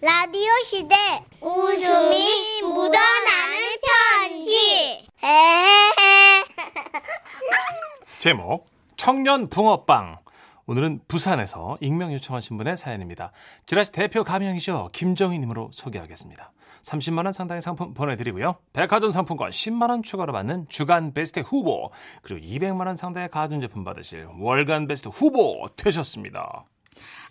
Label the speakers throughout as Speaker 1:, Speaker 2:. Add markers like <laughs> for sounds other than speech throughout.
Speaker 1: 라디오 시대 웃음이 묻어나는 편지 에헤헤
Speaker 2: 제목 청년 붕어빵 오늘은 부산에서 익명 요청하신 분의 사연입니다. 지라시 대표 가명이죠. 김정희님으로 소개하겠습니다. 30만 원 상당의 상품 보내드리고요. 백화점 상품권 10만 원 추가로 받는 주간 베스트 후보 그리고 200만 원 상당의 가전제품 받으실 월간 베스트 후보 되셨습니다.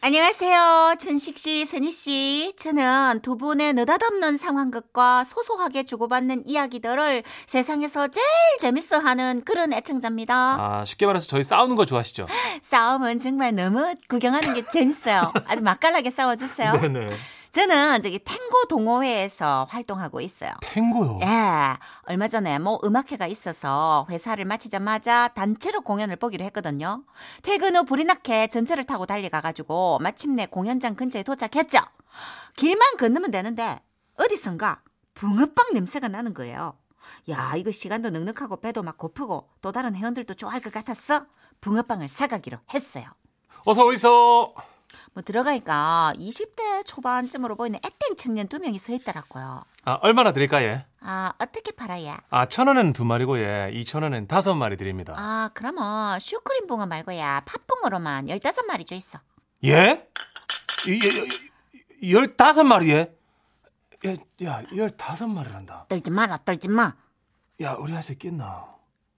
Speaker 3: 안녕하세요. 춘식 씨, 선희 씨. 저는 두 분의 느닷없는 상황극과 소소하게 주고받는 이야기들을 세상에서 제일 재밌어 하는 그런 애청자입니다.
Speaker 2: 아 쉽게 말해서 저희 싸우는 거 좋아하시죠?
Speaker 3: 싸움은 정말 너무 구경하는 게 재밌어요. 아주 맛깔나게 싸워주세요.
Speaker 2: <laughs> 네네.
Speaker 3: 저는 저기 탱고 동호회에서 활동하고 있어요.
Speaker 2: 탱고요.
Speaker 3: 예, 얼마 전에 뭐 음악회가 있어서 회사를 마치자마자 단체로 공연을 보기로 했거든요. 퇴근 후 불이 나게 전철을 타고 달려가가지고 마침내 공연장 근처에 도착했죠. 길만 건너면 되는데 어디선가 붕어빵 냄새가 나는 거예요. 야, 이거 시간도 넉넉하고 배도 막 고프고 또 다른 회원들도 좋아할 것 같았어. 붕어빵을 사가기로 했어요.
Speaker 2: 어서 오이소.
Speaker 3: 뭐 들어가니까 20대 초반쯤으로 보이는 애땡 청년 두 명이 서 있더라고요.
Speaker 2: 아 얼마나 드릴까 예?
Speaker 3: 아, 어떻게 팔아야?
Speaker 2: 아천 원에는 두 마리고 예, 이천 원에는 다섯 마리 드립니다.
Speaker 3: 아, 그러면 슈크림 붕어 말고야 팥붕어로만 15마리 줘 있어.
Speaker 2: 예? 이- 이- 이- 열다섯 마리에? 야, 야, 열다섯 마리란다.
Speaker 3: 떨지 마라, 떨지 마.
Speaker 2: 야, 우리 아직 깼나?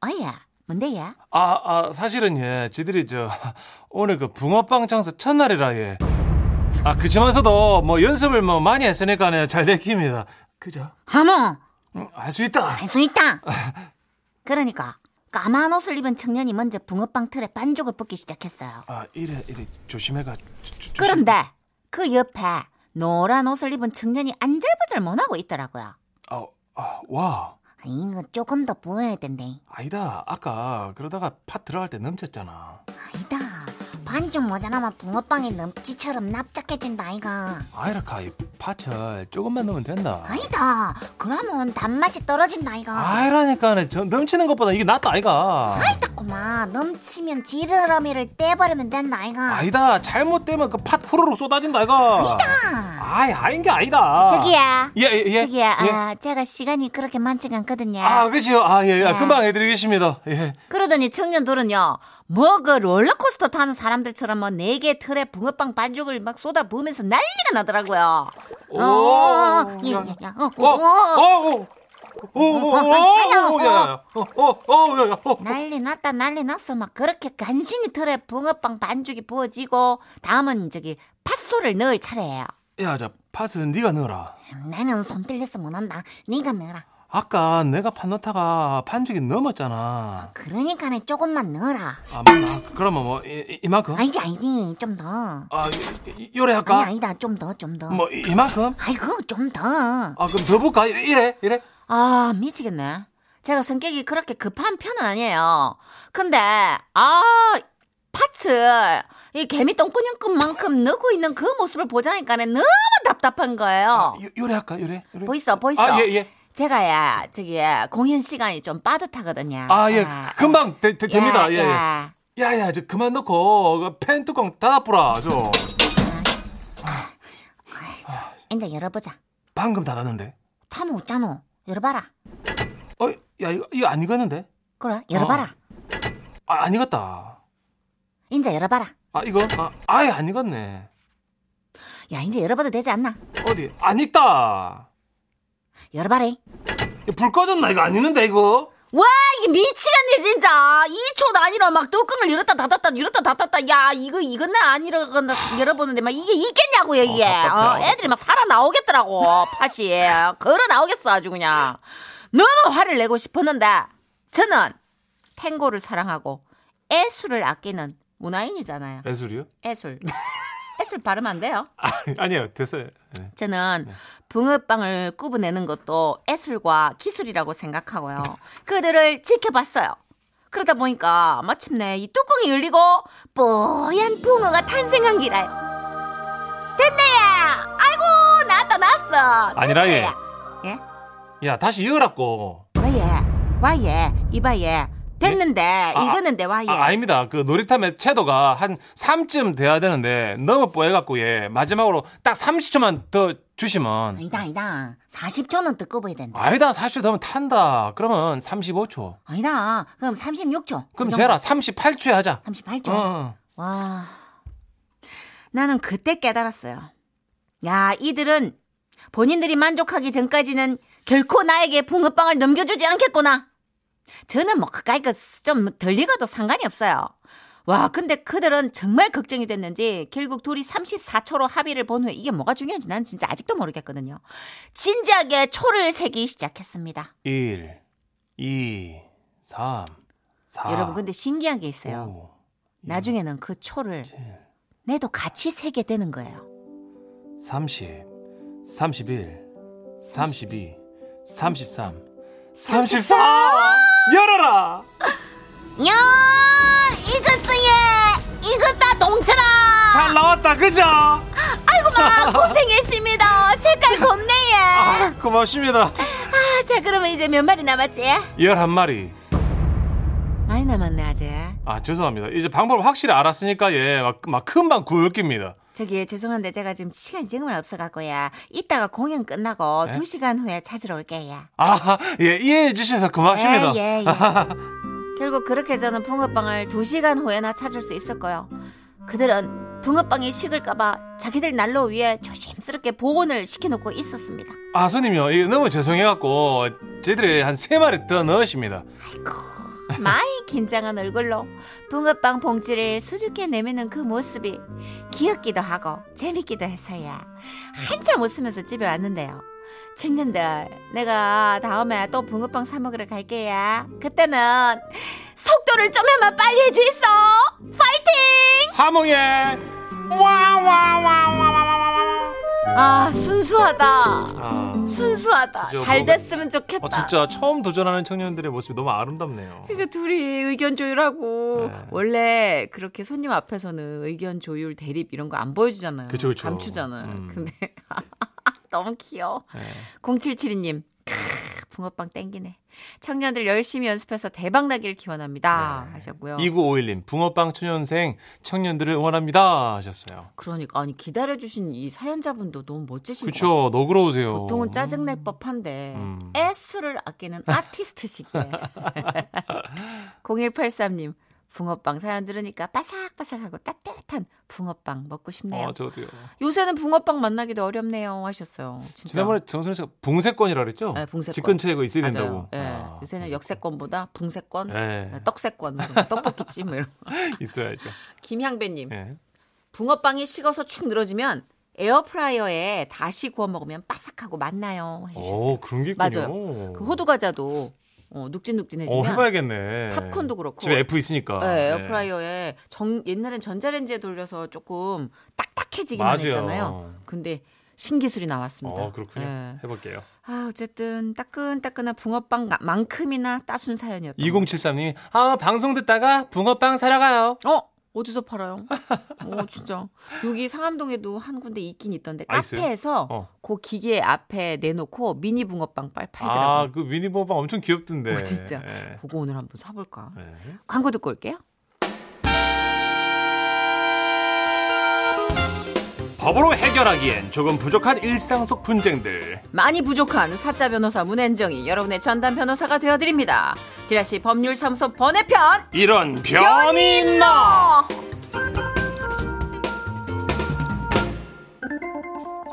Speaker 3: 어야, 뭔데야?
Speaker 2: 아, 아, 사실은 예, 지들이 저, <laughs> 오늘 그 붕어빵 장사 첫날이라 예. 아, 그치만서도 뭐 연습을 뭐 많이 했으니까는 잘 됐습니다. 그죠?
Speaker 3: 하모!
Speaker 2: 응, 할수 있다.
Speaker 3: 할 수 있다! 그러니까, 까만 옷을 입은 청년이 먼저 붕어빵 틀에 반죽을 붓기 시작했어요.
Speaker 2: 아, 이래, 이래, 조심해가. 조- 조- 조심-
Speaker 3: 그런데, 그 옆에 노란 옷을 입은 청년이 안절부절 못하고 있더라고요.
Speaker 2: 아, 아, 와.
Speaker 3: 이거 조금 더 부어야 된대.
Speaker 2: 아니다. 아까 그러다가 팥 들어갈 때 넘쳤잖아.
Speaker 3: 아니다. 반죽 모자라면 붕어빵이 넘치처럼 납작해진다, 아이가.
Speaker 2: 아이라카, 이 팥을 조금만 넣으면 된다.
Speaker 3: 아니다. 그러면 단맛이 떨어진다, 아이가.
Speaker 2: 아이라니까 저 넘치는 것보다 이게 낫다 아이가
Speaker 3: 꼬마 넘치면 지느러미를 떼버리면 된다 아이가
Speaker 2: 아니다 잘못되면 그 팥 후루룩 쏟아진다 아이가 아이 아닌 게 아니다
Speaker 3: 저기야
Speaker 2: 예예 예,
Speaker 3: 저기야
Speaker 2: 예.
Speaker 3: 아, 제가 시간이 그렇게 많지가 않거든요
Speaker 2: 아 그치요 아예 예.
Speaker 3: 예.
Speaker 2: 금방 해드리겠습니다 예
Speaker 3: 그러더니 청년들은요 뭐 그 롤러코스터 타는 사람들처럼 뭐 네 개 틀에 붕어빵 반죽을 막 쏟아 부으면서 난리가 나더라고요
Speaker 2: 오.
Speaker 3: 어, 예,
Speaker 2: 야.
Speaker 3: 예, 예. 어, 어,
Speaker 2: 어, 어,
Speaker 3: 어.
Speaker 2: 어, 어, 어, 어,
Speaker 3: 아이고,
Speaker 2: 어, 야, 야, 어, 어, 어, 야, 야, 어.
Speaker 3: 난리 났다 난리 났어 막 그렇게 간신히 틀에 붕어빵 반죽이 부어지고 다음은 저기 팥소를 넣을 차례예요 음,
Speaker 2: 야, 자, 팥은 네가 넣어라.
Speaker 3: 나는 손 뜰려서 못한다 네가 넣어라
Speaker 2: 아까 내가 팥 넣다가 반죽이 넘었잖아.
Speaker 3: 그러니까는 조금만 넣어라
Speaker 2: 아, 맞나? 그러면 뭐 이, 이- 이만큼?
Speaker 3: 아니지 아니지 좀 더.
Speaker 2: 아, 이- 이- 요래 할까?
Speaker 3: 아니 아니다 좀 더 좀 더.
Speaker 2: 그러니까? 뭐 이- 이만큼?
Speaker 3: 아이고 좀 더.
Speaker 2: 아, 그럼 더 볼까? 이래, 이래.
Speaker 3: 아 미치겠네. 제가 성격이 그렇게 급한 편은 아니에요. 근데 아 팥을 이 개미 똥꾸녕꾼만큼 넣고 있는 그 모습을 보자니까는 너무 답답한 거예요.
Speaker 2: 아, 요- 요래 할까? 요래? 요래?
Speaker 3: 보이소 보이소.
Speaker 2: 아, 예, 예.
Speaker 3: 제가야 저기 예, 공연 시간이 좀 빠듯하거든요.
Speaker 2: 아, 예. 금방 되, 되-
Speaker 3: 야,
Speaker 2: 됩니다. 예, 예.
Speaker 3: 야.
Speaker 2: 야, 야, 저 그만 넣고 그펜 뚜껑 닫아뿌라. 저 아,
Speaker 3: 이제 열어보자.
Speaker 2: 방금 닫았는데.
Speaker 3: 타면 웃잖아. 열어봐라.
Speaker 2: 어, 야, 이거, 이거 안 익었는데?
Speaker 3: 그래 열어봐라.
Speaker 2: 아, 안 익었다.
Speaker 3: 이제 열어봐라.
Speaker 2: 아, 이거? 아, 아예 안 익었네.
Speaker 3: 야 이제 열어봐도 되지 않나?
Speaker 2: 어디? 안 익다.
Speaker 3: 열어봐라. 와
Speaker 2: 이거 불 꺼졌나? 이거 안 익는데, 이거?
Speaker 3: 이게 미치겠네 진짜. 2초 단위로 막 뚜껑을 열었다 닫았다 열었다 닫았다. 야 이거 이건 안 열어건다 열어보는데 막 이게 있겠냐고요 이게.
Speaker 2: 어, 답답해.
Speaker 3: 어, 애들이 막 살아 나오겠더라고 팥이 걸어 나오겠어 아주 그냥. 너무 화를 내고 싶었는데 저는 탱고를 사랑하고 애술을 아끼는 문화인이잖아요.
Speaker 2: 애술이요? <laughs>
Speaker 3: 애술. 애술 발음 안 돼요?
Speaker 2: 아니요, 됐어요. 네.
Speaker 3: 저는 붕어빵을 구분내는 것도 예술과 기술이라고 생각하고요. 그들을 지켜봤어요. 그러다 보니까 마침내 이 뚜껑이 열리고 뽀얀 붕어가 탄생한 기라요. 됐네야! 아이고 나왔다 나왔어.
Speaker 2: 아니라 얘.
Speaker 3: 예?
Speaker 2: 야, 다시 이으라고.
Speaker 3: 와예 와예 이봐예 됐는데
Speaker 2: 아,
Speaker 3: 이거는 내 와예.
Speaker 2: 아, 아닙니다. 그 놀이탐의 채도가 한 3쯤 돼야 되는데 너무 뽀해갖고 예 마지막으로 딱 30초만 더 주시면
Speaker 3: 아니다 아니다. 40초는 더 끄어야 된다.
Speaker 2: 아니다 40초 더면 탄다. 그러면 35초.
Speaker 3: 아니다. 그럼 36초.
Speaker 2: 그럼 제라 38초에 하자.
Speaker 3: 38초.
Speaker 2: 어, 어.
Speaker 3: 와. 나는 그때 깨달았어요. 야, 이들은 본인들이 만족하기 전까지는 결코 나에게 붕어빵을 넘겨주지 않겠구나. 저는 뭐 가까이 그좀 들리가도 상관이 없어요. 와, 근데 그들은 정말 걱정이 됐는지 결국 둘이 34초로 합의를 본 후에 이게 뭐가 중요한지 난 진짜 아직도 모르겠거든요. 진지하게 초를 세기 시작했습니다.
Speaker 2: 1, 2, 3, 4.
Speaker 3: 여러분, 근데 신기한 게 있어요. 나중에는 그 초를 내도 같이 세게 되는 거예요.
Speaker 2: 30, 31, 32, 33, 34! 열어라!
Speaker 3: 야 이것등에 이것 다 동쳐라
Speaker 2: 잘 나왔다, 그죠?
Speaker 3: 아이고마
Speaker 2: <laughs>
Speaker 3: 고생했습니다 색깔 곱네예 아,
Speaker 2: 아, 고맙습니다.
Speaker 3: 자 그러면 이제 몇 마리 남았지?
Speaker 2: 11마리.
Speaker 3: 많이 남았네 아재
Speaker 2: 아, 죄송합니다. 이제 방법을 확실히 알았으니까, 예, 막, 막 금방 굵깁니다.
Speaker 3: 저기 죄송한데 제가 지금 시간이 정말 없어갖고야 이따가 공연 끝나고
Speaker 2: 네?
Speaker 3: 두 시간 후에 찾으러 올게요
Speaker 2: 아, <laughs> 예, 이해해 주셔서 고맙습니다. <laughs>
Speaker 3: 예예예 결국 그렇게 저는 붕어빵을 두 시간 후에나 찾을 수 있었고요 그들은 붕어빵이 식을까봐 자기들 난로 위에 조심스럽게 보온을 시켜놓고 있었습니다
Speaker 2: 아, 손님이요. 예, 너무 죄송해갖고, 저희들이 한 세마리더 넣으십니다.
Speaker 3: 아이고, 많이 긴장한 얼굴로 붕어빵 봉지를 수줍게 내미는 그 모습이 귀엽기도 하고 재밌기도 해서야 한참 웃으면서 집에 왔는데요. 청년들, 내가 다음에 또 붕어빵 사 먹으러 갈게야. 그때는 속도를 좀만 빨리 해주이소. 파이팅!
Speaker 2: 하몽의 와와와와와와와
Speaker 3: 아 순수하다.
Speaker 2: 아,
Speaker 3: 순수하다.
Speaker 2: 그죠,
Speaker 3: 잘
Speaker 2: 뭐,
Speaker 3: 됐으면 좋겠다.
Speaker 2: 어, 진짜 처음 도전하는 청년들의 모습이 너무 아름답네요.
Speaker 3: 그러니까 둘이 의견 조율하고
Speaker 2: 네.
Speaker 3: 원래 그렇게 손님 앞에서는 의견 조율 대립 이런 거 안 보여주잖아요.
Speaker 2: 그쵸, 그쵸.
Speaker 3: 감추잖아요.
Speaker 2: 음.
Speaker 3: 근데 <laughs> 너무 귀여워.
Speaker 2: 예.
Speaker 3: 0772님. 크, 붕어빵 땡기네. 청년들 열심히 연습해서 대박 나기를 기원합니다.
Speaker 2: 네.
Speaker 3: 하셨고요.
Speaker 2: 2951님, 붕어빵 초년생 청년들을 응원합니다 하셨어요.
Speaker 3: 그러니까 아니 기다려 주신 이 사연자분도 너무 멋지신 것
Speaker 2: 그쵸, 너그러우세요.
Speaker 3: 같아요. 그러니까 보통은 짜증 낼 법한데
Speaker 2: 어. 음.
Speaker 3: 애수를 아끼는
Speaker 2: <laughs>
Speaker 3: 아티스트시기에. 0183님 붕어빵 사연 들으니까 바삭바삭하고 따뜻한 붕어빵 먹고 싶네요.
Speaker 2: 어, 저도요.
Speaker 3: 요새는 붕어빵 만나기도 어렵네요 하셨어요. 진짜.
Speaker 2: 지난번에 정선희 씨가 붕세권이라 그랬죠?
Speaker 3: 네, 붕세권.
Speaker 2: 집 근처에 그 있어야
Speaker 3: 맞아요.
Speaker 2: 된다고.
Speaker 3: 예.
Speaker 2: 아,
Speaker 3: 요새는 역세권보다 붕세권,
Speaker 2: 예,
Speaker 3: 떡세권, 뭐 이런 거, 떡볶이찜 뭐 이런. <laughs> 거.
Speaker 2: <laughs> 있어야죠.
Speaker 3: 김향배님
Speaker 2: 예.
Speaker 3: 붕어빵이 식어서 축 늘어지면 에어프라이어에 다시 구워 먹으면 바삭하고 맛나요 해주셨어요.
Speaker 2: 오, 그런 게 있군요.
Speaker 3: 맞아요. 그 호두 과자도 어,
Speaker 2: 어,
Speaker 3: 눅진눅진해지면
Speaker 2: 해봐야겠네.
Speaker 3: 팝콘도 그렇고
Speaker 2: 집에 F 있으니까.
Speaker 3: 네,
Speaker 2: 예.
Speaker 3: 에어프라이어에 정, 옛날엔 전자레인지에 돌려서 조금 딱딱해지기만
Speaker 2: 맞아요.
Speaker 3: 했잖아요. 근데 신기술이 나왔습니다.
Speaker 2: 어, 그렇군요.
Speaker 3: 예.
Speaker 2: 해볼게요.
Speaker 3: 아, 어쨌든 따끈따끈한 붕어빵만큼이나 따순 사연이었다.
Speaker 2: 2073님이 아 방송 듣다가 붕어빵 사러 가요.
Speaker 3: 어, 어디서 팔아요? 어, 진짜. 여기 상암동에도 한 군데 있긴 있던데
Speaker 2: 아, 있어요?
Speaker 3: 카페에서
Speaker 2: 어.
Speaker 3: 그 기계 앞에 내놓고 미니 붕어빵 빨 팔더라고요.
Speaker 2: 아그 네. 미니 붕어빵 엄청 귀엽던데.
Speaker 3: 어, 진짜.
Speaker 2: 예.
Speaker 3: 그거 오늘 한번 사볼까?
Speaker 2: 예.
Speaker 3: 광고 듣고 올게요.
Speaker 2: 법으로 해결하기엔 조금 부족한 일상 속 분쟁들.
Speaker 3: 많이 부족한 사자 변호사 문앤정이 여러분의 전담 변호사가 되어드립니다. 지라시 법률사무소 번외편
Speaker 2: 이런 변이 있나?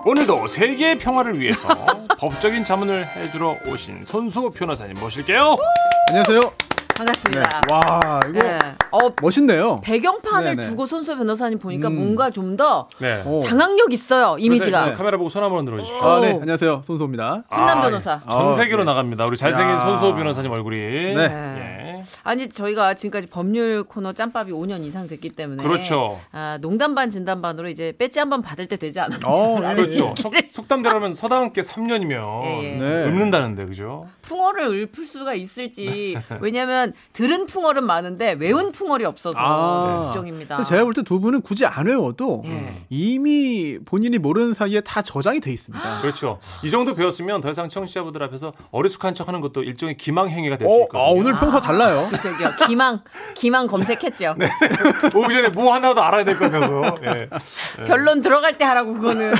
Speaker 2: 오늘도 세계의 평화를 위해서 <laughs> 법적인 자문을 해주러 오신 손수호 변호사님 모실게요.
Speaker 4: 안녕하세요. 네.
Speaker 3: 반갑습니다.
Speaker 4: 와 이거
Speaker 3: 네. 어,
Speaker 4: 멋있네요.
Speaker 3: 배경판을
Speaker 4: 네네.
Speaker 3: 두고 손수 변호사님 보니까
Speaker 4: 음.
Speaker 3: 뭔가 좀 더
Speaker 2: 네.
Speaker 4: 오.
Speaker 3: 장악력 있어요 이미지가.
Speaker 4: 네.
Speaker 2: 카메라 보고 손 한번 들어주십시오.
Speaker 4: 어. 아, 네
Speaker 3: 오.
Speaker 4: 안녕하세요 손소입니다.
Speaker 3: 훈남
Speaker 2: 아,
Speaker 3: 변호사.
Speaker 2: 전 세계로
Speaker 4: 아, 네.
Speaker 2: 나갑니다. 우리 잘생긴
Speaker 4: 야.
Speaker 2: 손수호 변호사님 얼굴이.
Speaker 4: 네.
Speaker 2: 예.
Speaker 3: 아니 저희가 지금까지 법률 코너 짬밥이 5년 이상 됐기 때문에
Speaker 2: 그렇죠.
Speaker 3: 아, 농담 반 진담 반으로 이제 배지 한 번 받을 때 되지 않았나.
Speaker 4: 어, 예,
Speaker 2: 그렇죠. 속, 속담대로면 서당께 3년이면
Speaker 3: 예, 예.
Speaker 4: 네.
Speaker 2: 읊는다는데 그죠?
Speaker 3: <laughs> 풍어를 읊을 수가 있을지 왜냐하면 들은 풍어는 많은데 외운 풍어이 없어서
Speaker 4: 아.
Speaker 3: 네. 걱정입니다.
Speaker 4: 근데 제가 볼 때 두 분은 굳이 안 외워도
Speaker 3: 예.
Speaker 4: 이미 본인이 모르는 사이에 다 저장이 돼 있습니다.
Speaker 2: 그렇죠. 이 정도 배웠으면 더 이상 청취자분들 앞에서 어리숙한 척하는 것도 일종의 기망 행위가 될 수
Speaker 4: 어,
Speaker 2: 있거든요.
Speaker 4: 아, 오늘 평소 달라요. 몰라요.
Speaker 3: 그 저기요 기망 기망 검색했죠.
Speaker 4: 네.
Speaker 2: 오기 전에 뭐 하나도 알아야 될 것 같아서 예.
Speaker 3: 결론 들어갈 때 하라고 그거는.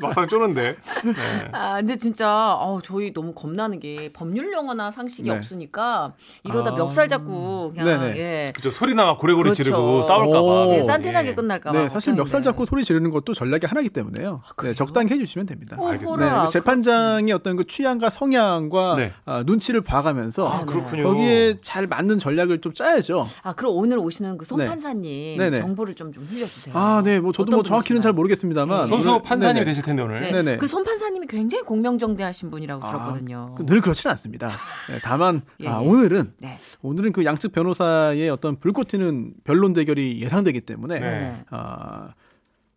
Speaker 2: 막상 쪼는데 예.
Speaker 3: 아 근데 진짜 어 저희 너무 겁나는 게 법률 용어나 상식이
Speaker 4: 네.
Speaker 3: 없으니까 이러다
Speaker 2: 아.
Speaker 3: 멱살 잡고 그냥
Speaker 4: 네네.
Speaker 3: 예.
Speaker 2: 그죠 소리나 막 고래고래
Speaker 3: 그렇죠.
Speaker 2: 지르고 싸울까
Speaker 4: 오.
Speaker 2: 봐
Speaker 3: 예,
Speaker 4: 네,
Speaker 3: 산탄하게
Speaker 2: 예.
Speaker 3: 끝날까 봐.
Speaker 4: 네, 사실 멱살
Speaker 3: 걱정이네.
Speaker 4: 잡고 소리 지르는 것도 전략의 하나이기 때문에요. 네, 적당히 해주시면 됩니다.
Speaker 3: 오,
Speaker 2: 알겠습니다.
Speaker 4: 네,
Speaker 3: 호라.
Speaker 4: 그 재판장의 어떤 그 취향과 성향과
Speaker 2: 네.
Speaker 4: 아, 눈치를 봐가면서
Speaker 2: 아, 그렇군요.
Speaker 4: 네. 거기에 잘 맞는 전략을 좀 짜야죠.
Speaker 3: 아 그럼 오늘 오시는 그
Speaker 4: 네.
Speaker 3: 손판사님
Speaker 4: 네네.
Speaker 3: 정보를 좀 좀 흘려주세요.
Speaker 4: 아, 네, 뭐 저도
Speaker 3: 예. 어떤 예,
Speaker 4: 뭐 정확히는 잘
Speaker 3: 분이신가요?
Speaker 4: 모르겠습니다만
Speaker 2: 선수
Speaker 4: 오늘-
Speaker 2: 판사님이
Speaker 4: 네네.
Speaker 2: 되실 텐데 오늘
Speaker 3: 네.
Speaker 4: 네네.
Speaker 3: 그 손판사님이 굉장히 공명정대하신 분이라고 들었거든요.
Speaker 4: 아, 늘 그렇지는 않습니다. 네, 다만
Speaker 3: <laughs> 예,
Speaker 4: 아,
Speaker 3: 예.
Speaker 4: 오늘은
Speaker 3: 네.
Speaker 4: 오늘은 그 양측 변호사의 어떤 불꽃 튀는 변론 대결이 예상되기 때문에
Speaker 2: 네.
Speaker 4: 아,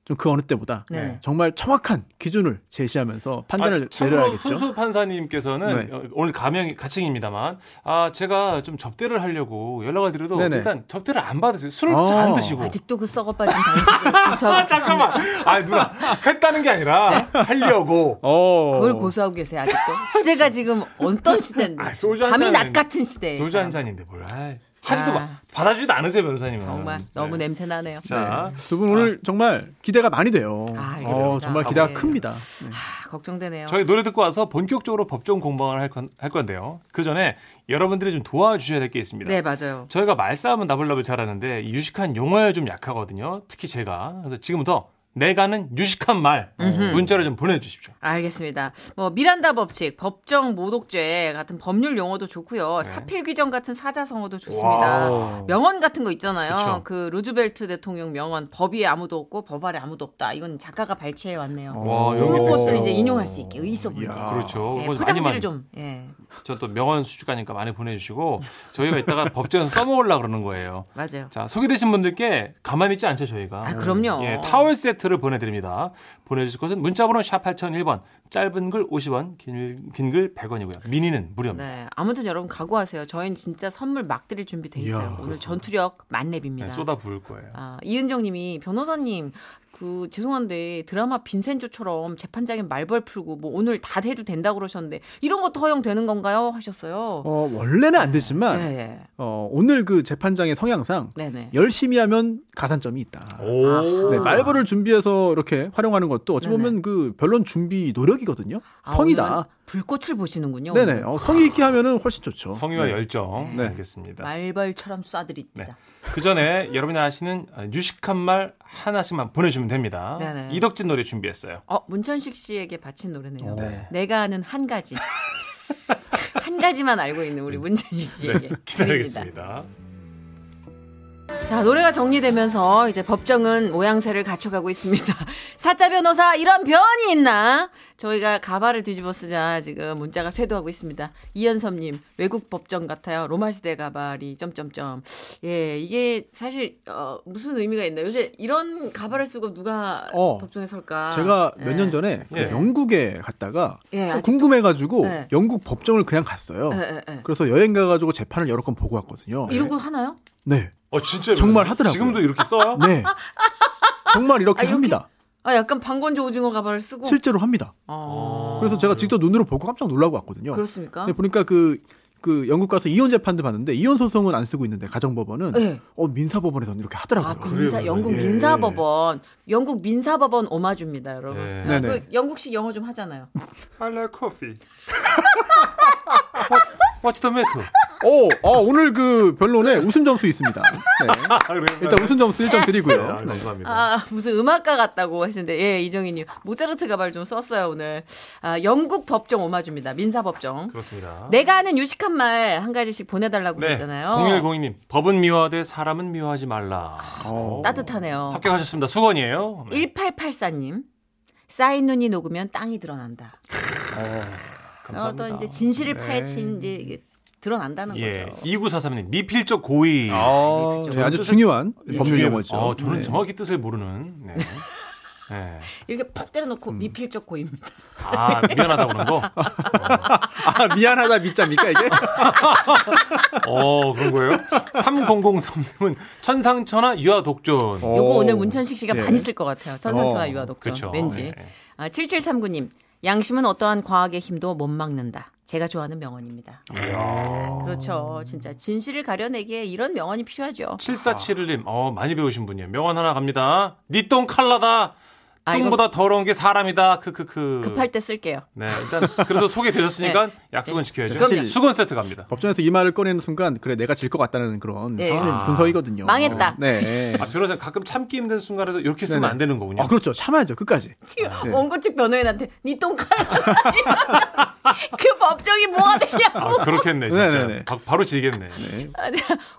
Speaker 4: 좀 그 어느 때보다
Speaker 3: 네.
Speaker 4: 정말 정확한 기준을 제시하면서 판단을
Speaker 2: 아, 참고로
Speaker 4: 내려야겠죠.
Speaker 2: 손수 판사님께서는
Speaker 4: 네.
Speaker 2: 어, 오늘 가명이 가칭입니다만 아 제가 좀 접대를 하려고 연락을 드려도
Speaker 4: 네네.
Speaker 2: 일단 접대를 안 받으세요. 술을
Speaker 4: 아.
Speaker 2: 잘안 드시고.
Speaker 3: 아직도 네. 그 썩어빠진 당신을 <laughs>
Speaker 2: 아
Speaker 3: 고수하고
Speaker 2: <laughs> 잠깐만. 아 누나 했다는 게 아니라
Speaker 3: 네.
Speaker 2: 하려고.
Speaker 4: 어.
Speaker 3: 그걸 고수하고 계세요 아직도 시대가 지금 어떤 시대인데
Speaker 2: 아, 소주 한
Speaker 3: 밤이
Speaker 2: 잔은-
Speaker 3: 낮 같은 시대에
Speaker 2: 소주 한 잔인데 뭘. 아이, 하지도
Speaker 3: 네. 아.
Speaker 2: 마- 받아주지도 않으세요 변호사님은.
Speaker 3: 정말 너무
Speaker 2: 네.
Speaker 3: 냄새 나네요.
Speaker 2: 자. 아.
Speaker 4: 두 분 오늘 정말 기대가 많이 돼요.
Speaker 3: 아, 알겠습니다.
Speaker 4: 어, 정말 기대가
Speaker 3: 네.
Speaker 4: 큽니다.
Speaker 3: 아, 걱정되네요.
Speaker 2: 저희 노래 듣고 와서 본격적으로 법정 공방을 할, 건, 할 건데요. 그 전에 여러분들이 좀 도와주셔야 될 게 있습니다.
Speaker 3: 네 맞아요.
Speaker 2: 저희가 말싸움은 나불나불 잘하는데 이 유식한 용어에 좀 약하거든요. 특히 제가. 그래서 지금부터 내가는 유식한 말 문자로 좀 보내주십시오.
Speaker 3: 알겠습니다. 뭐 미란다 법칙, 법정 모독죄 같은 법률 용어도 좋고요. 사필 규정 같은 사자성어도 좋습니다.
Speaker 2: 네. 와우.
Speaker 3: 명언 같은 거 있잖아요.
Speaker 2: 그쵸.
Speaker 3: 그 루즈벨트 대통령 명언 "법 위에 아무도 없고 법 아래 아무도 없다." 이건 작가가 발췌해
Speaker 4: 어.
Speaker 3: 왔네요.
Speaker 2: 와, 여기
Speaker 3: 이런
Speaker 2: 또
Speaker 3: 것들
Speaker 2: 어. 있어요.
Speaker 3: 이제 인용할 수 있게 의서 보게.
Speaker 4: 이야.
Speaker 2: 그렇죠.
Speaker 3: 예,
Speaker 2: 그거
Speaker 3: 포장지를
Speaker 2: 많이
Speaker 3: 좀. 예.
Speaker 2: 저또 명언 수집가니까 많이 보내주시고 저희가 이따가 <laughs> 법정에서 써먹으려 그러는 거예요.
Speaker 3: 맞아요.
Speaker 2: 자 소개되신 분들께 가만히 있지 않죠 저희가.
Speaker 3: 아, 그럼요.
Speaker 2: 예, 타월 세트를 보내드립니다. 보내주실 것은 문자번호 샵 8001번 짧은 글 50원 긴글 100원이고요. 미니는 무료입니다.
Speaker 3: 네. 아무튼 여러분 각오하세요. 저희는 진짜 선물 막 드릴 준비 돼 있어요.
Speaker 4: 이야,
Speaker 3: 오늘 전투력 만렙입니다.
Speaker 2: 네, 쏟아 부을 거예요.
Speaker 3: 아, 이은정 님이 변호사님 그 죄송한데 드라마 빈센조처럼 재판장에 말벌 풀고 뭐 오늘 다 해도 된다 그러셨는데 이런 것도 허용되는 건가요? 하셨어요.
Speaker 4: 어, 원래는 안 되지만
Speaker 3: 네, 네.
Speaker 4: 어, 오늘 그 재판장의 성향상
Speaker 3: 네, 네.
Speaker 4: 열심히 하면 가산점이 있다.
Speaker 2: 오.
Speaker 3: 아.
Speaker 4: 네, 말벌을 준비해서 이렇게 활용하는 것도 어찌 보면 그 변론 준비 노력이거든요.
Speaker 3: 아, 오늘은
Speaker 4: 성이다.
Speaker 3: 불꽃을 보시는군요.
Speaker 4: 네네.
Speaker 3: 오늘.
Speaker 4: 어, 성의 있게 하면은 훨씬 좋죠.
Speaker 2: 성의와
Speaker 4: 네.
Speaker 2: 열정
Speaker 4: 네.
Speaker 2: 알겠습니다.
Speaker 3: 말벌처럼 쏴드립니다.
Speaker 2: 네. 그 전에 여러분이 아시는 유식한 말 하나씩만 보내주면 됩니다.
Speaker 3: 네네.
Speaker 2: 이덕진 노래 준비했어요.
Speaker 3: 어, 문천식 씨에게 바친 노래네요.
Speaker 2: 네.
Speaker 3: 내가 아는 한 가지. <laughs> 한 가지만 알고 있는 우리 문천식
Speaker 2: 네, <laughs>
Speaker 3: 씨에게 드립니다.
Speaker 2: 기다리겠습니다.
Speaker 3: 자, 노래가 정리되면서 이제 법정은 모양새를 갖춰가고 있습니다. <laughs> 사자 변호사 이런 변이 있나? 저희가 가발을 뒤집어 쓰자 지금 문자가 쇄도하고 있습니다. 이현섭 님, 외국 법정 같아요. 로마 시대 가발이 점점점. 예, 이게 사실 어 무슨 의미가 있나요? 요새 이런 가발을 쓰고 누가
Speaker 4: 어,
Speaker 3: 법정에 설까?
Speaker 4: 제가
Speaker 3: 예.
Speaker 4: 몇 년 전에 그
Speaker 2: 예.
Speaker 4: 영국에 갔다가
Speaker 3: 예, 아직도-
Speaker 4: 궁금해가지고
Speaker 3: 네.
Speaker 4: 영국 법정을 그냥 갔어요.
Speaker 3: 예, 예, 예.
Speaker 4: 그래서 여행 가가지고 재판을 여러 건 보고 왔거든요.
Speaker 3: 이런 거 하나요?
Speaker 4: 네,
Speaker 2: 어 진짜
Speaker 4: 정말 하더라고요.
Speaker 2: 지금도 이렇게
Speaker 4: <laughs>
Speaker 2: 써요?
Speaker 3: <laughs>
Speaker 4: 네. 정말 이렇게
Speaker 3: 아, 이렇게?
Speaker 4: 합니다.
Speaker 3: 아, 약간 방건조 오징어 가발을 쓰고
Speaker 4: 실제로 그렇죠. 합니다.
Speaker 3: 어.
Speaker 2: 아,
Speaker 4: 그래서
Speaker 2: 네.
Speaker 4: 제가 직접 눈으로 보고 깜짝 놀라고 왔거든요.
Speaker 3: 그렇습니까?
Speaker 4: 근데 보니까 그, 그 영국 가서 이혼 재판도 봤는데 이혼 소송은 안 쓰고 있는데 가정법원은
Speaker 3: 네.
Speaker 4: 어 민사법원에서는 이렇게 하더라고요.
Speaker 3: 아, 그 민사,
Speaker 2: 그래요?
Speaker 3: 영국
Speaker 4: 예.
Speaker 3: 민사법원, 영국 민사법원 오마주입니다, 여러분.
Speaker 2: 예.
Speaker 3: 아,
Speaker 4: 네네.
Speaker 3: 그 영국식 영어 좀 하잖아요.
Speaker 2: I like coffee. What's, what's the matter?
Speaker 4: 오, 아, 오늘 그 변론에 웃음 점수 있습니다. 네. 일단 웃음 점수 1점 드리고요. 네.
Speaker 2: 아, 감사합니다.
Speaker 3: 아 무슨 음악가 같다고 하시는데, 예, 이정희님 모차르트 가발 좀 썼어요 오늘. 아 영국 법정 오마주입니다, 민사법정.
Speaker 2: 그렇습니다.
Speaker 3: 내가 아는 유식한 말 한 가지씩 보내달라고
Speaker 2: 네.
Speaker 3: 그랬잖아요.
Speaker 2: 0102님 법은 미워하되 사람은 미워하지 말라.
Speaker 4: 어.
Speaker 3: 아, 따뜻하네요.
Speaker 2: 합격하셨습니다. 수건이에요. 아, 네.
Speaker 3: 1884님 쌓인 눈이 녹으면 땅이 드러난다.
Speaker 2: 어, 감사합니다. 네.
Speaker 3: 어떤 아, 이제 진실을 파헤친 이제 이게 드러난다는
Speaker 2: 예.
Speaker 3: 거죠.
Speaker 2: 2943님 미필적 고의.
Speaker 4: 어,
Speaker 3: 그렇죠.
Speaker 4: 네, 아주 중요한 법률
Speaker 2: 중요한-
Speaker 4: 용어죠.
Speaker 2: 어, 저는
Speaker 4: 그 네.
Speaker 2: 정확히 뜻을 모르는. 네. 네.
Speaker 3: 이렇게 푹 때려놓고
Speaker 2: 음.
Speaker 3: 미필적 고입니다.
Speaker 2: 아 미안하다 그런 거.
Speaker 4: 아, 미안하다 밑자입니까 이게? <laughs>
Speaker 2: 어 그런 거예요. 3003님은 천상천하 유아독존.
Speaker 3: 요거
Speaker 4: 오.
Speaker 3: 오늘 문천식 씨가
Speaker 4: 예.
Speaker 3: 많이 쓸 것 같아요. 천상천하
Speaker 4: 어,
Speaker 3: 유아독존.
Speaker 2: 그쵸.
Speaker 3: 왠지.
Speaker 2: 예.
Speaker 3: 아, 7739님. 양심은 어떠한 과학의 힘도 못 막는다. 제가 좋아하는 명언입니다. 그렇죠. 진짜 진실을 가려내기에 이런 명언이 필요하죠.
Speaker 2: 7471님, 어, 많이 배우신 분이에요. 명언 하나 갑니다. 니 똥 칼라다.
Speaker 3: 아, 이거-
Speaker 2: 똥보다 더러운 게 사람이다. 크크크.
Speaker 4: 그
Speaker 3: 급할 때 네. 쓸게요.
Speaker 2: 네, 일단 그래도
Speaker 3: <laughs>
Speaker 2: 소개되셨으니까 약속은 지켜야죠.
Speaker 4: 그럼요.
Speaker 2: 수건 세트 갑니다.
Speaker 4: 법정에서 이 말을 꺼내는 순간 그래 내가 질 것 같다는 그런
Speaker 3: 네.
Speaker 4: 상황 분석이거든요.
Speaker 3: 망했다.
Speaker 4: 네.
Speaker 2: 아, 변호사 가끔 참기 힘든 순간에도 이렇게 쓰면
Speaker 4: 네네.
Speaker 2: 안 되는 거군요.
Speaker 4: 아 그렇죠. 참아야죠 끝까지.
Speaker 3: 지금
Speaker 4: 네.
Speaker 3: <laughs> 원고 측 변호인한테 니 똥칼라 <laughs> 그 법정이 뭐가 되냐고
Speaker 2: 아, 그렇겠네, 진짜.
Speaker 4: 네네네.
Speaker 2: 바, 로 지겠네.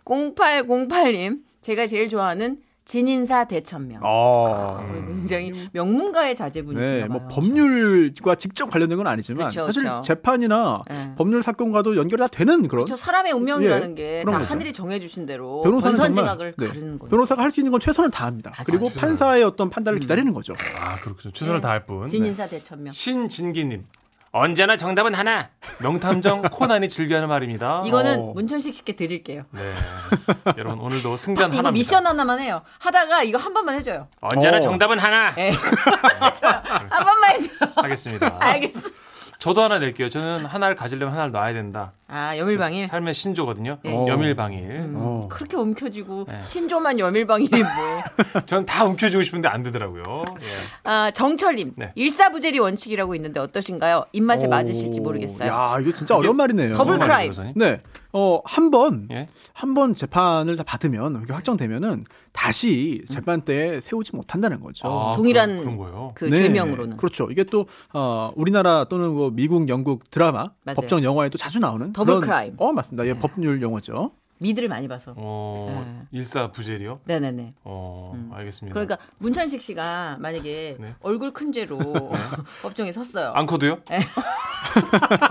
Speaker 3: 0808님 제가 제일 좋아하는 진인사 대천명
Speaker 4: 어.
Speaker 2: 음,
Speaker 3: 굉장히 명문가의 자제분이신가요?
Speaker 4: 네, 뭐 법률과 직접 관련된 건 아니지만
Speaker 3: 그쵸,
Speaker 4: 사실
Speaker 3: 그쵸.
Speaker 4: 재판이나
Speaker 3: 네.
Speaker 4: 법률 사건과도 연결이 다 되는 그런
Speaker 3: 저 사람의 운명이라는
Speaker 4: 예,
Speaker 3: 게
Speaker 4: 그런
Speaker 3: 다
Speaker 4: 거죠.
Speaker 3: 하늘이 정해주신 대로
Speaker 4: 변호사는
Speaker 3: 권선징악을
Speaker 4: 정말, 네,
Speaker 3: 가르는 거예요.
Speaker 4: 변호사가 할 수 있는 건 최선을 다합니다. 그리고 판사의 어떤
Speaker 3: 음.
Speaker 4: 판단을 기다리는 거죠.
Speaker 2: 아, 그렇군요. 최선을 다할 뿐.
Speaker 3: 진인사 대천명
Speaker 2: 신진기님. 언제나 정답은 하나.
Speaker 3: <laughs>
Speaker 2: 명탐정 코난이 즐겨하는 말입니다.
Speaker 3: 이거는
Speaker 4: 어.
Speaker 3: 문천식 씨께 드릴게요.
Speaker 2: 네. 여러분 오늘도 승전
Speaker 3: 이거
Speaker 2: 하나입니다.
Speaker 3: 미션 하나만 해요. 하다가 이거 한 번만 해줘요.
Speaker 2: 언제나
Speaker 4: 어.
Speaker 2: 정답은 하나.
Speaker 3: 예. 해줘요. 한 번만
Speaker 4: 아.
Speaker 3: 해줘요.
Speaker 2: 하겠습니다.
Speaker 3: <laughs> 알겠어.
Speaker 2: 저도 하나 낼게요. 저는 하나를 가지려면 하나를 놔야 된다.
Speaker 3: 아 영일방일. 음.
Speaker 2: 삶의 신조거든요.
Speaker 3: 예.
Speaker 2: 염일방일.
Speaker 4: 어. 네.
Speaker 3: 그렇게 움켜쥐고 신조만 여밀방일이 뭐예요?
Speaker 2: 저는 다 움켜쥐고 싶은데 안 되더라고요. 예.
Speaker 3: 아, 정철님
Speaker 2: 네.
Speaker 3: 일사부재리 원칙이라고 있는데 어떠신가요? 입맛에
Speaker 4: 오.
Speaker 3: 맞으실지 모르겠어요.
Speaker 4: 야, 이거 진짜 어려운 말이네요.
Speaker 3: 더블
Speaker 2: 무슨
Speaker 3: 크라임.
Speaker 2: 말이에요, 변호사님?
Speaker 4: 네. 어, 한 번,
Speaker 2: 예.
Speaker 4: 한 번 재판을 다 받으면, 이게 확정되면은,
Speaker 3: 음.
Speaker 4: 다시 재판 때에 세우지 못한다는 거죠.
Speaker 2: 아,
Speaker 3: 동일한
Speaker 2: 그런, 그런 거예요.
Speaker 3: 그
Speaker 4: 네.
Speaker 3: 죄명으로는
Speaker 4: 그렇죠. 이게 또, 어, 우리나라 또는 뭐 미국, 영국 드라마,
Speaker 3: 맞아요.
Speaker 4: 법정 영화에도 자주 나오는.
Speaker 3: 더블
Speaker 4: 그런-
Speaker 3: 크라임. 네. 어.
Speaker 4: 어, 맞습니다. 예, 법률 영화죠.
Speaker 3: 미드를 많이 봐서.
Speaker 2: 어, 일사부재리요?
Speaker 3: 네네네.
Speaker 2: 어,
Speaker 4: 네.
Speaker 2: 알겠습니다.
Speaker 3: 네. 그러니까 문천식 씨가 만약에
Speaker 2: 네.
Speaker 3: 얼굴 큰 죄로 <laughs> 법정에 섰어요.
Speaker 2: 안커도요?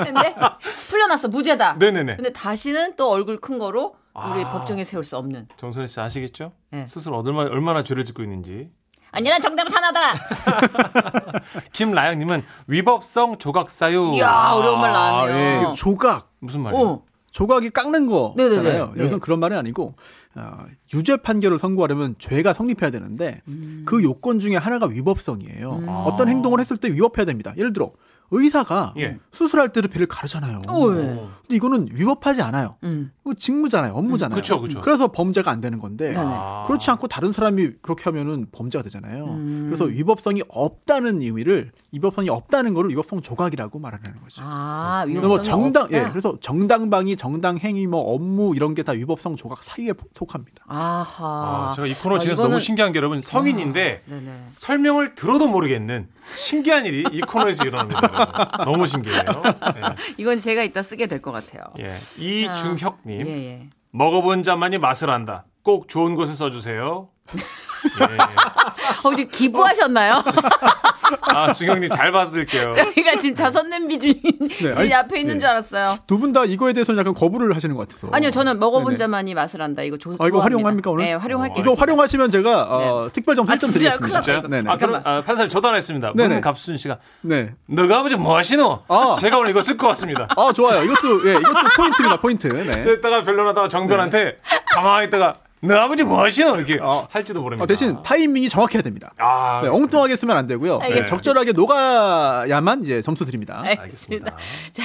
Speaker 3: 근데 풀려났어 무죄다.
Speaker 2: 네네네.
Speaker 3: 근데 다시는 또 얼굴 큰 거로 우리
Speaker 2: 아.
Speaker 3: 법정에 세울 수 없는.
Speaker 2: 정선희 씨 아시겠죠?
Speaker 3: 네.
Speaker 2: 스스로 얼마나, 얼마나 죄를 짓고 있는지.
Speaker 3: 아니나 정답은 하나다.
Speaker 2: 김라영님은 위법성 조각사유. 아, 예.
Speaker 3: 이야 어려운 말 나왔네요.
Speaker 4: 이게 조각.
Speaker 2: 무슨 말이에요?
Speaker 3: 어.
Speaker 4: 조각이 깎는
Speaker 3: 네네네.
Speaker 4: 거잖아요.
Speaker 3: 네.
Speaker 4: 여기서 그런 말은 아니고 어, 유죄 판결을 선고하려면 죄가 성립해야 되는데
Speaker 3: 음.
Speaker 4: 그 요건 중에 하나가 위법성이에요. 어떤 행동을 했을 때 위법해야 됩니다. 예를 들어 의사가
Speaker 2: 예.
Speaker 4: 수술할 때도 배를 가르잖아요.
Speaker 3: 어, 예.
Speaker 4: 근데 이거는 위법하지 않아요.
Speaker 3: 음.
Speaker 4: 이거 직무잖아요,
Speaker 2: 음,
Speaker 4: 업무잖아요.
Speaker 2: 그쵸, 그쵸.
Speaker 4: 래서 범죄가 안 되는 건데
Speaker 3: 네네.
Speaker 2: 아.
Speaker 4: 그렇지 않고 다른 사람이 그렇게 하면은 범죄가 되잖아요.
Speaker 3: 음.
Speaker 4: 그래서 위법성이 없다는 의미를 위법성이 없다는 거를 위법성 조각이라고 말하는 거죠.
Speaker 3: 아
Speaker 4: 그래서 뭐
Speaker 3: 위법성이
Speaker 4: 정당
Speaker 3: 없다.
Speaker 4: 예 그래서 정당방위 정당행위 뭐 업무 이런 게 다 위법성 조각 사유에 속합니다.
Speaker 3: 아하.
Speaker 2: 아, 제가 이 코너
Speaker 3: 아,
Speaker 2: 진행해서
Speaker 3: 이거는-
Speaker 2: 너무 신기한 게 여러분 성인인데
Speaker 3: 네네.
Speaker 2: 설명을 들어도 모르겠는 신기한 일이 이 코너에서 일어납니다.
Speaker 3: <laughs>
Speaker 2: 여러분. 너무 신기해요.
Speaker 3: 이건 제가 이따 쓰게 될 것 같아요.
Speaker 2: 예. 예. 이중혁님
Speaker 3: 예, 예.
Speaker 2: 먹어본 자만이 맛을 안다. 꼭 좋은 곳에 써주세요.
Speaker 3: 어, 혹시 기부하셨나요?
Speaker 2: 아 중혁님 잘 받을게요.
Speaker 3: <laughs> 저희가 지금 <laughs> 자선 냄비 중인
Speaker 4: 네, 아니,
Speaker 3: 이 앞에 있는
Speaker 4: 네.
Speaker 3: 줄 알았어요.
Speaker 4: 두 분 다 이거에 대해서는 약간 거부를 하시는 것 같아서.
Speaker 3: 아니요, 저는 먹어본
Speaker 4: 네네.
Speaker 3: 자만이 맛을 안다. 이거 좋
Speaker 4: 아 이거
Speaker 3: 좋아합니다.
Speaker 4: 활용합니까 오늘? 어,
Speaker 3: 네, 활용할게요.
Speaker 4: 이거 활용하시면 제가 어, 특별점
Speaker 3: 아,
Speaker 4: 1점
Speaker 3: 진짜요?
Speaker 4: 드리겠습니다.
Speaker 3: 큰일
Speaker 2: 진짜요?
Speaker 3: 났다, 이거.
Speaker 4: 네네.
Speaker 2: 아, 그럼,
Speaker 3: 잠깐만.
Speaker 2: 아, 판사님 저도 하나 했습니다.
Speaker 4: 네네.
Speaker 2: 문갑순 씨가
Speaker 4: 네.
Speaker 2: 너가 아버지 뭐 하시노?
Speaker 3: 어.
Speaker 4: 아.
Speaker 2: 제가 오늘 이거 쓸 것 같습니다.
Speaker 4: 아 좋아요. 이것도 예 이것도 포인트입니다. 포인트.
Speaker 2: <laughs> 저
Speaker 4: 네.
Speaker 2: 이따가 변론하다가 정변한테 가만히 있다가 너 아버지 뭐 하시노? 이렇게
Speaker 4: 아.
Speaker 2: 할지도 모릅니다.
Speaker 4: 네. 어, 대신 타이밍이 정확해야 됩니다.
Speaker 2: 아,
Speaker 4: 네, 엉뚱하게 쓰면 안 되고요. 네,
Speaker 3: 알겠습니다. 네.
Speaker 4: 적절하게 녹아야만 이제 점수 드립니다.
Speaker 3: 알겠습니다. 자,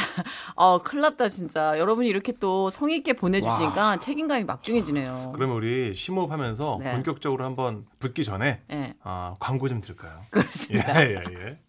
Speaker 3: 어, 큰일 났다, 진짜. 여러분이 이렇게 또 성의있게 보내주시니까 책임감이 막중해지네요.
Speaker 2: 그러면 우리 심호흡하면서
Speaker 3: 네.
Speaker 2: 본격적으로 한번 붙기 전에
Speaker 3: 예.
Speaker 2: 아, 광고 좀 들을까요?
Speaker 3: 그렇습니다.
Speaker 2: 예, 예, 예.